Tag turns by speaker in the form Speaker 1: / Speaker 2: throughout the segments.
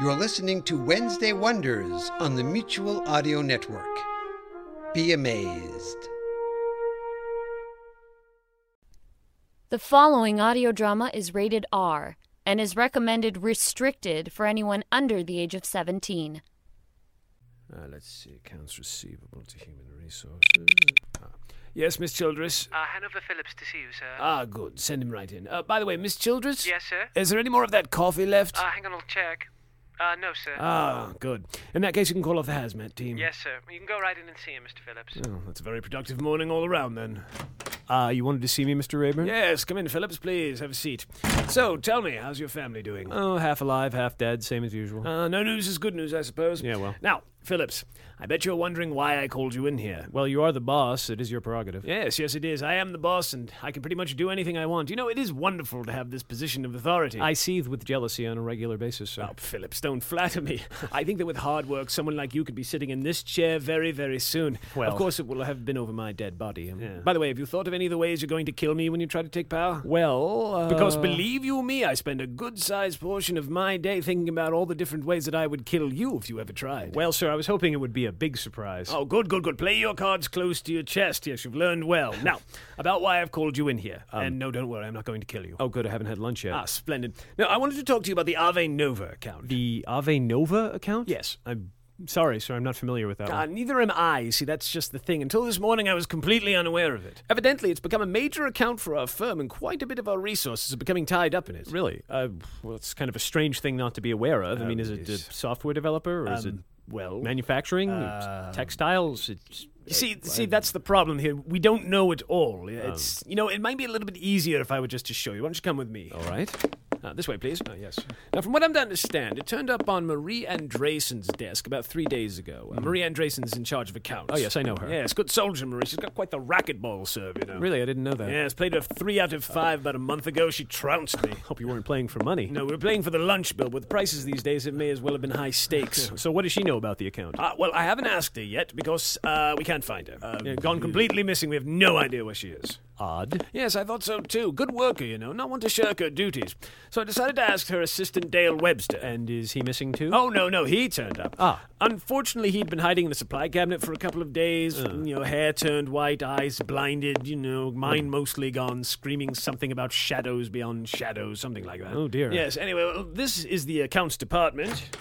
Speaker 1: You're listening to Wednesday Wonders on the Mutual Audio Network. Be amazed.
Speaker 2: The following audio drama is rated R and is recommended restricted for anyone under the age of 17.
Speaker 3: Uh, let's see, accounts receivable to human resources. Ah. Yes, Miss Childress.
Speaker 4: Uh, Hanover Phillips to see you, sir.
Speaker 3: Ah, good. Send him right in. Uh, by the way, Miss Childress?
Speaker 4: Yes, sir?
Speaker 3: Is there any more of that coffee left?
Speaker 4: uh, hang on, I'll check. Uh, no, sir.
Speaker 3: ah, good. In that case, you can call off the hazmat team.
Speaker 4: yes, sir. You can go right in and see him, Mr. Phillips.
Speaker 3: Oh, that's a very productive morning all around, then. Ah, you wanted to see me, Mr. Rayburn? Yes, come in, Phillips, please. Have a seat. So, tell me, how's your family doing?
Speaker 5: Oh, half alive, half dead, same as usual.
Speaker 3: Uh, no news is good news, I suppose.
Speaker 5: Yeah, well.
Speaker 3: Now, Phillips, I bet you're wondering why I called you in here.
Speaker 5: well, you are the boss. It is your prerogative.
Speaker 3: Yes, yes, it is. I am the boss, and I can pretty much do anything I want. You know, it is wonderful to have this position of authority.
Speaker 5: I seethe with jealousy on a regular basis, sir.
Speaker 3: Oh, Phillips, don't flatter me. I think that with hard work, someone like you could be sitting in this chair very, very soon.
Speaker 5: Well-
Speaker 3: of course, it will have been over my dead body. Um,
Speaker 5: Yeah.
Speaker 3: By the way, have you thought of any of the ways you're going to kill me when you try to take power?
Speaker 5: Well, uh,
Speaker 3: Because believe you me, I spend a good sized portion of my day thinking about all the different ways that I would kill you if you ever tried.
Speaker 5: Well, sir, I was hoping it would be a big surprise.
Speaker 3: Oh, good, good, good. Play your cards close to your chest. Yes, you've learned well. Now, about why I've called you in here. and no, don't worry, I'm not going to kill you.
Speaker 5: Um, Oh, good. I haven't had lunch yet.
Speaker 3: Ah, splendid. Now, I wanted to talk to you about the Ave Nova account.
Speaker 5: The Ave Nova account?
Speaker 3: Yes.
Speaker 5: I'm sorry, sir. I'm not familiar with that
Speaker 3: Ah,
Speaker 5: one.
Speaker 3: neither am I. You See, that's just the thing. Until this morning, I was completely unaware of it. Evidently, it's become a major account for our firm, and quite a bit of our resources are becoming tied up in it.
Speaker 5: Really? Uh, well, it's kind of a strange thing not to be aware of. I mean, is it a
Speaker 3: yes.
Speaker 5: software developer or is it
Speaker 3: Um, well,
Speaker 5: manufacturing,
Speaker 3: um,
Speaker 5: textiles? It's,
Speaker 3: You See, see, that's the problem here. We don't know at all.
Speaker 5: Oh.
Speaker 3: It's you know, it might be a little bit easier if I were just to show you. Why don't you come with me?
Speaker 5: all right.
Speaker 3: Uh, this way, please. yes. Now, from what I'm to understand, it turned up on Marie Andreessen's desk about three days ago. Uh, Marie Andreessen's in charge of accounts.
Speaker 5: Hmm. Oh, yes, I know her.
Speaker 3: Yes, good soldier, Marie. She's got quite the racquetball serve, you know.
Speaker 5: Really, I didn't know that.
Speaker 3: Yes, played her three out of five about a month ago. She trounced me.
Speaker 5: Hope you weren't playing for money.
Speaker 3: no, we were playing for the lunch bill, but the prices these days, it may as well have been high stakes.
Speaker 5: So, what does she know about the account?
Speaker 3: Uh, well, I haven't asked her yet because uh, we can't find her. Uh, gone completely missing. We have no idea where she is.
Speaker 5: Odd.
Speaker 3: Yes, I thought so too. Good worker, you know, not one to shirk her duties. So I decided to ask her assistant Dale Webster. And
Speaker 5: And is he missing too?
Speaker 3: oh no, no, he turned up.
Speaker 5: Ah.
Speaker 3: unfortunately, he'd been hiding in the supply cabinet for a couple of days. You know, hair turned white, eyes blinded. You know, mind mostly gone, screaming something about shadows beyond shadows, something like that.
Speaker 5: Oh, dear.
Speaker 3: Yes. Anyway, well, this is the accounts department.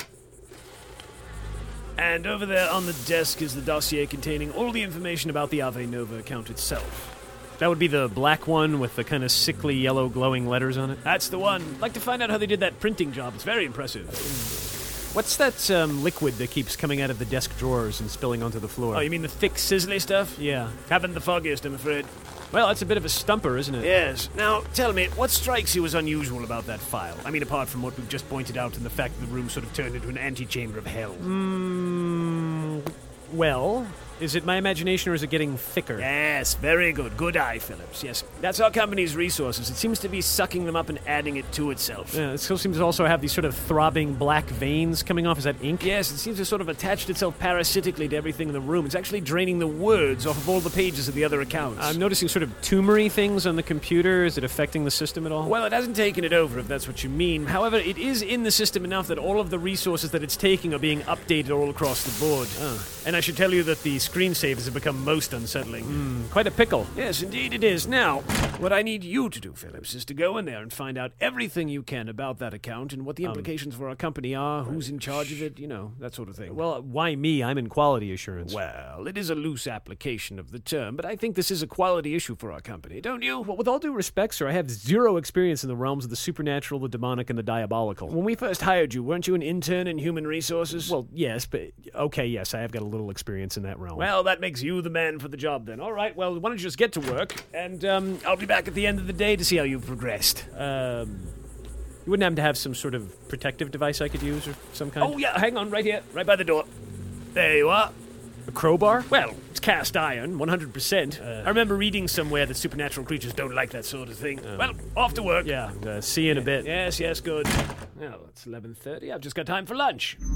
Speaker 3: And over there on the desk is the dossier containing all the information about the Ave Nova account itself.
Speaker 5: That would be the black one with the kind of sickly yellow glowing letters on it.
Speaker 3: That's the one. Like to find out how they did that printing job. It's very impressive.
Speaker 5: What's that um, liquid that keeps coming out of the desk drawers and spilling onto the floor?
Speaker 3: Oh, you mean the thick, sizzly stuff?
Speaker 5: yeah.
Speaker 3: Haven't the foggiest, I'm afraid.
Speaker 5: Well, that's a bit of a stumper, isn't it?
Speaker 3: Yes. Now, tell me, what strikes you as unusual about that file? I mean, apart from what we've just pointed out and the fact that the room sort of turned into an antechamber of hell.
Speaker 5: Mm, well, is it my imagination or is it getting thicker?
Speaker 3: Yes, very good. Good eye, Phillips. Yes. That's our company's resources. It seems to be sucking them up and adding it to itself.
Speaker 5: Yeah, it still seems to also have these sort of throbbing black veins coming off. Is that ink?
Speaker 3: Yes, it seems to sort of attached itself parasitically to everything in the room. It's actually draining the words off of all the pages of the other accounts.
Speaker 5: I'm noticing sort of tumory things on the computer. Is it affecting the system at all?
Speaker 3: Well, it hasn't taken it over, if that's what you mean. However, it is in the system enough that all of the resources that it's taking are being updated all across the board.
Speaker 5: Ah.
Speaker 3: And I should tell you that the screensavers have become most unsettling.
Speaker 5: Hmm, Quite a pickle.
Speaker 3: Yes, indeed it is. Now, what I need you to do, Phillips, is to go in there and find out everything you can about that account and what the
Speaker 5: Um,
Speaker 3: implications for our company are, who's in charge of it, you know, that sort of thing.
Speaker 5: Well, why me? I'm in quality assurance.
Speaker 3: well, it is a loose application of the term, but I think this is a quality issue for our company, don't you?
Speaker 5: Well, with all due respect, sir, I have zero experience in the realms of the supernatural, the demonic, and the diabolical.
Speaker 3: When we first hired you, weren't you an intern in human resources?
Speaker 5: Well, yes, but okay, yes, I have got a little experience in that realm.
Speaker 3: Well, that makes you the man for the job then. All right, well, why don't you just get to work, and um, I'll be back at the end of the day to see how you've progressed.
Speaker 5: um, You wouldn't happen to have some sort of protective device I could use or some kind?
Speaker 3: Oh, yeah, hang on, right here, right by the door. There you are.
Speaker 5: A crowbar?
Speaker 3: Well, it's cast iron, 100%.
Speaker 5: Uh.
Speaker 3: I remember reading somewhere that supernatural creatures don't like that sort of thing. well, off to work.
Speaker 5: Uh. Yeah, uh, see you in a bit.
Speaker 3: Yes, yes, good. Well, it's 11.30. I've just got time for lunch.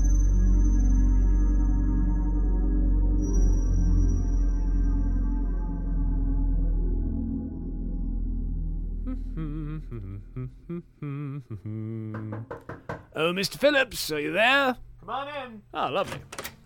Speaker 3: Oh, Mr. Phillips, are you there?
Speaker 5: Come on in.
Speaker 3: Ah, lovely.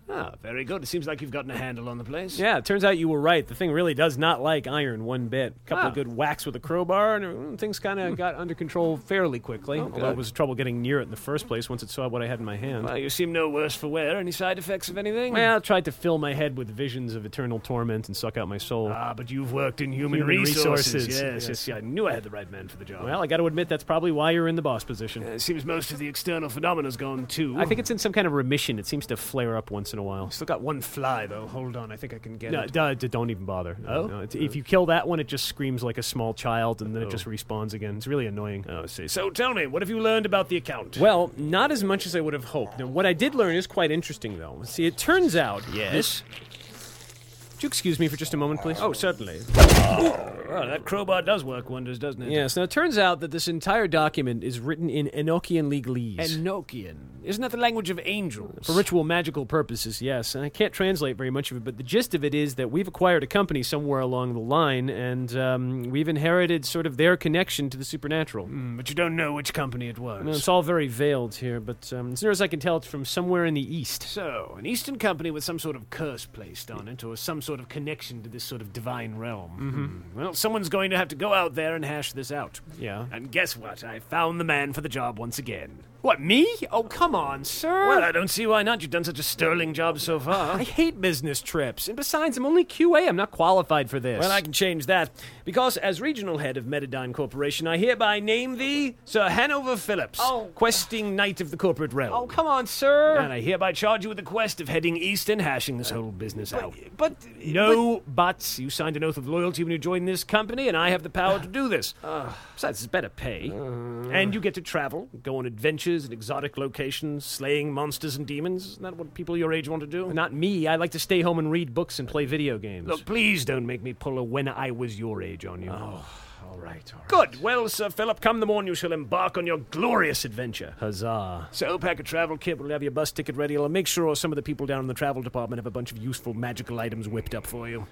Speaker 3: Ah, very good. It seems like you've gotten a handle on the place.
Speaker 5: Yeah, it turns out you were right. The thing really does not like iron one bit. A couple
Speaker 3: Ah.
Speaker 5: of good whacks with a crowbar, and uh, things kind
Speaker 3: Hmm.
Speaker 5: of got under control fairly quickly. although it
Speaker 3: good.
Speaker 5: was trouble getting near it in the first place once it saw what I had in my hand.
Speaker 3: Well, you seem no worse for wear. Any side effects of anything?
Speaker 5: Well, I tried to fill my head with visions of eternal torment and suck out my soul.
Speaker 3: Ah, but you've worked in human,
Speaker 5: Human
Speaker 3: resources.
Speaker 5: resources,
Speaker 3: Yes,
Speaker 5: yes.
Speaker 3: yes, I knew I had the right man for the job.
Speaker 5: well, I got to admit that's probably why you're in the boss position.
Speaker 3: Uh, it seems most of the external phenomena's gone too.
Speaker 5: I think it's in some kind of remission. It seems to flare up once in a while.
Speaker 3: still got one fly though. Hold on, I think I can get
Speaker 5: No,
Speaker 3: it.
Speaker 5: d- d- don't even bother.
Speaker 3: Oh?
Speaker 5: No, it's- if you kill that one, it just screams like a small child, and then it just respawns again. It's really annoying.
Speaker 3: Oh, I see. So tell me, what have you learned about the account?
Speaker 5: Well, not as much as I would have hoped. Now, what I did learn is quite interesting, though. See, it turns out.
Speaker 3: yes.
Speaker 5: Would you excuse me for just a moment, please? Oh, certainly.
Speaker 3: Well, that crowbar does work wonders, doesn't it?
Speaker 5: Yes. Now, it turns out that this entire document is written in Enochian legalese.
Speaker 3: Enochian. Isn't that the language of angels?
Speaker 5: For ritual magical purposes, yes. And I can't translate very much of it, but the gist of it is that we've acquired a company somewhere along the line, and um, we've inherited sort of their connection to the supernatural.
Speaker 3: Mm, but you don't know which company it was.
Speaker 5: Now, it's all very veiled here, but um, as near as I can tell, it's from somewhere in the east.
Speaker 3: So, an Eastern company with some sort of curse placed on it, or some sort of connection to this sort of divine realm. Mm-hmm. Well, someone's going to have to go out there and hash this out.
Speaker 5: Yeah.
Speaker 3: And guess what? I found the man for the job once again. What, me?
Speaker 5: Oh, come on, sir.
Speaker 3: Well, I don't see why not. You've done such a sterling job so far.
Speaker 5: I hate business trips. And besides, I'm only QA. I'm not qualified for this.
Speaker 3: Well, I can change that. Because as regional head of Metadyne Corporation, I hereby name thee Sir Hanover Phillips,
Speaker 5: Oh.
Speaker 3: questing knight of the corporate realm.
Speaker 5: Oh, come on, sir.
Speaker 3: and I hereby charge you with the quest of heading east and hashing this whole business out.
Speaker 5: but
Speaker 3: No buts. You signed an oath of loyalty when you joined this company, and I have the power to do this.
Speaker 5: Ah.
Speaker 3: Besides, it's better pay.
Speaker 5: Uh.
Speaker 3: and you get to travel, go on adventures in exotic locations, slaying monsters and demons. Isn't that what people your age want to do?
Speaker 5: Not me. I like to stay home and read books and play video games.
Speaker 3: Look, please don't make me pull a when I was your age on you.
Speaker 5: Oh, all right, all right.
Speaker 3: Good. Well, Sir Philip, come the morn you shall embark on your glorious adventure.
Speaker 5: Huzzah.
Speaker 3: So pack a travel kit, we'll have your bus ticket ready, and make sure some of the people down in the travel department have a bunch of useful magical items whipped up for you.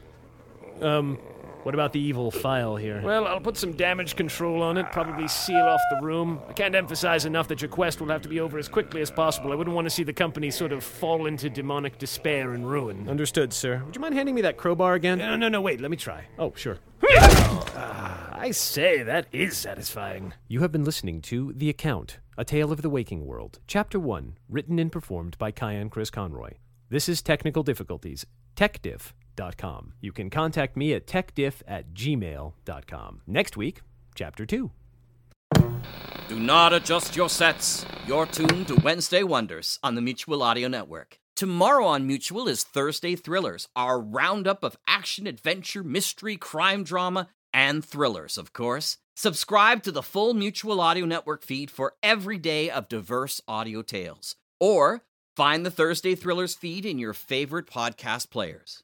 Speaker 5: Um, What about the evil file here?
Speaker 3: Well, I'll put some damage control on it, probably seal off the room. I can't emphasize enough that your quest will have to be over as quickly as possible. I wouldn't want to see the company sort of fall into demonic despair and ruin.
Speaker 5: Understood, sir. Would you mind handing me that crowbar again?
Speaker 3: Uh, No, no, no, wait, let me try. Ah,
Speaker 5: Oh, sure.
Speaker 3: I say, that is satisfying.
Speaker 5: You have been listening to The Account, A Tale of the Waking World, Chapter 1, written and performed by Kyan Chris Conroy. This is Technical Difficulties, techdiff.com. You can contact me at techdiff at gmail.com. Next week, Chapter 2.
Speaker 6: Do not adjust your sets. You're tuned to Wednesday Wonders on the Mutual Audio Network. Tomorrow on Mutual is Thursday Thrillers, our roundup of action, adventure, mystery, crime drama, and thrillers, of course. Subscribe to the full Mutual Audio Network feed for every day of diverse audio tales. Or find the Thursday Thrillers feed in your favorite podcast players.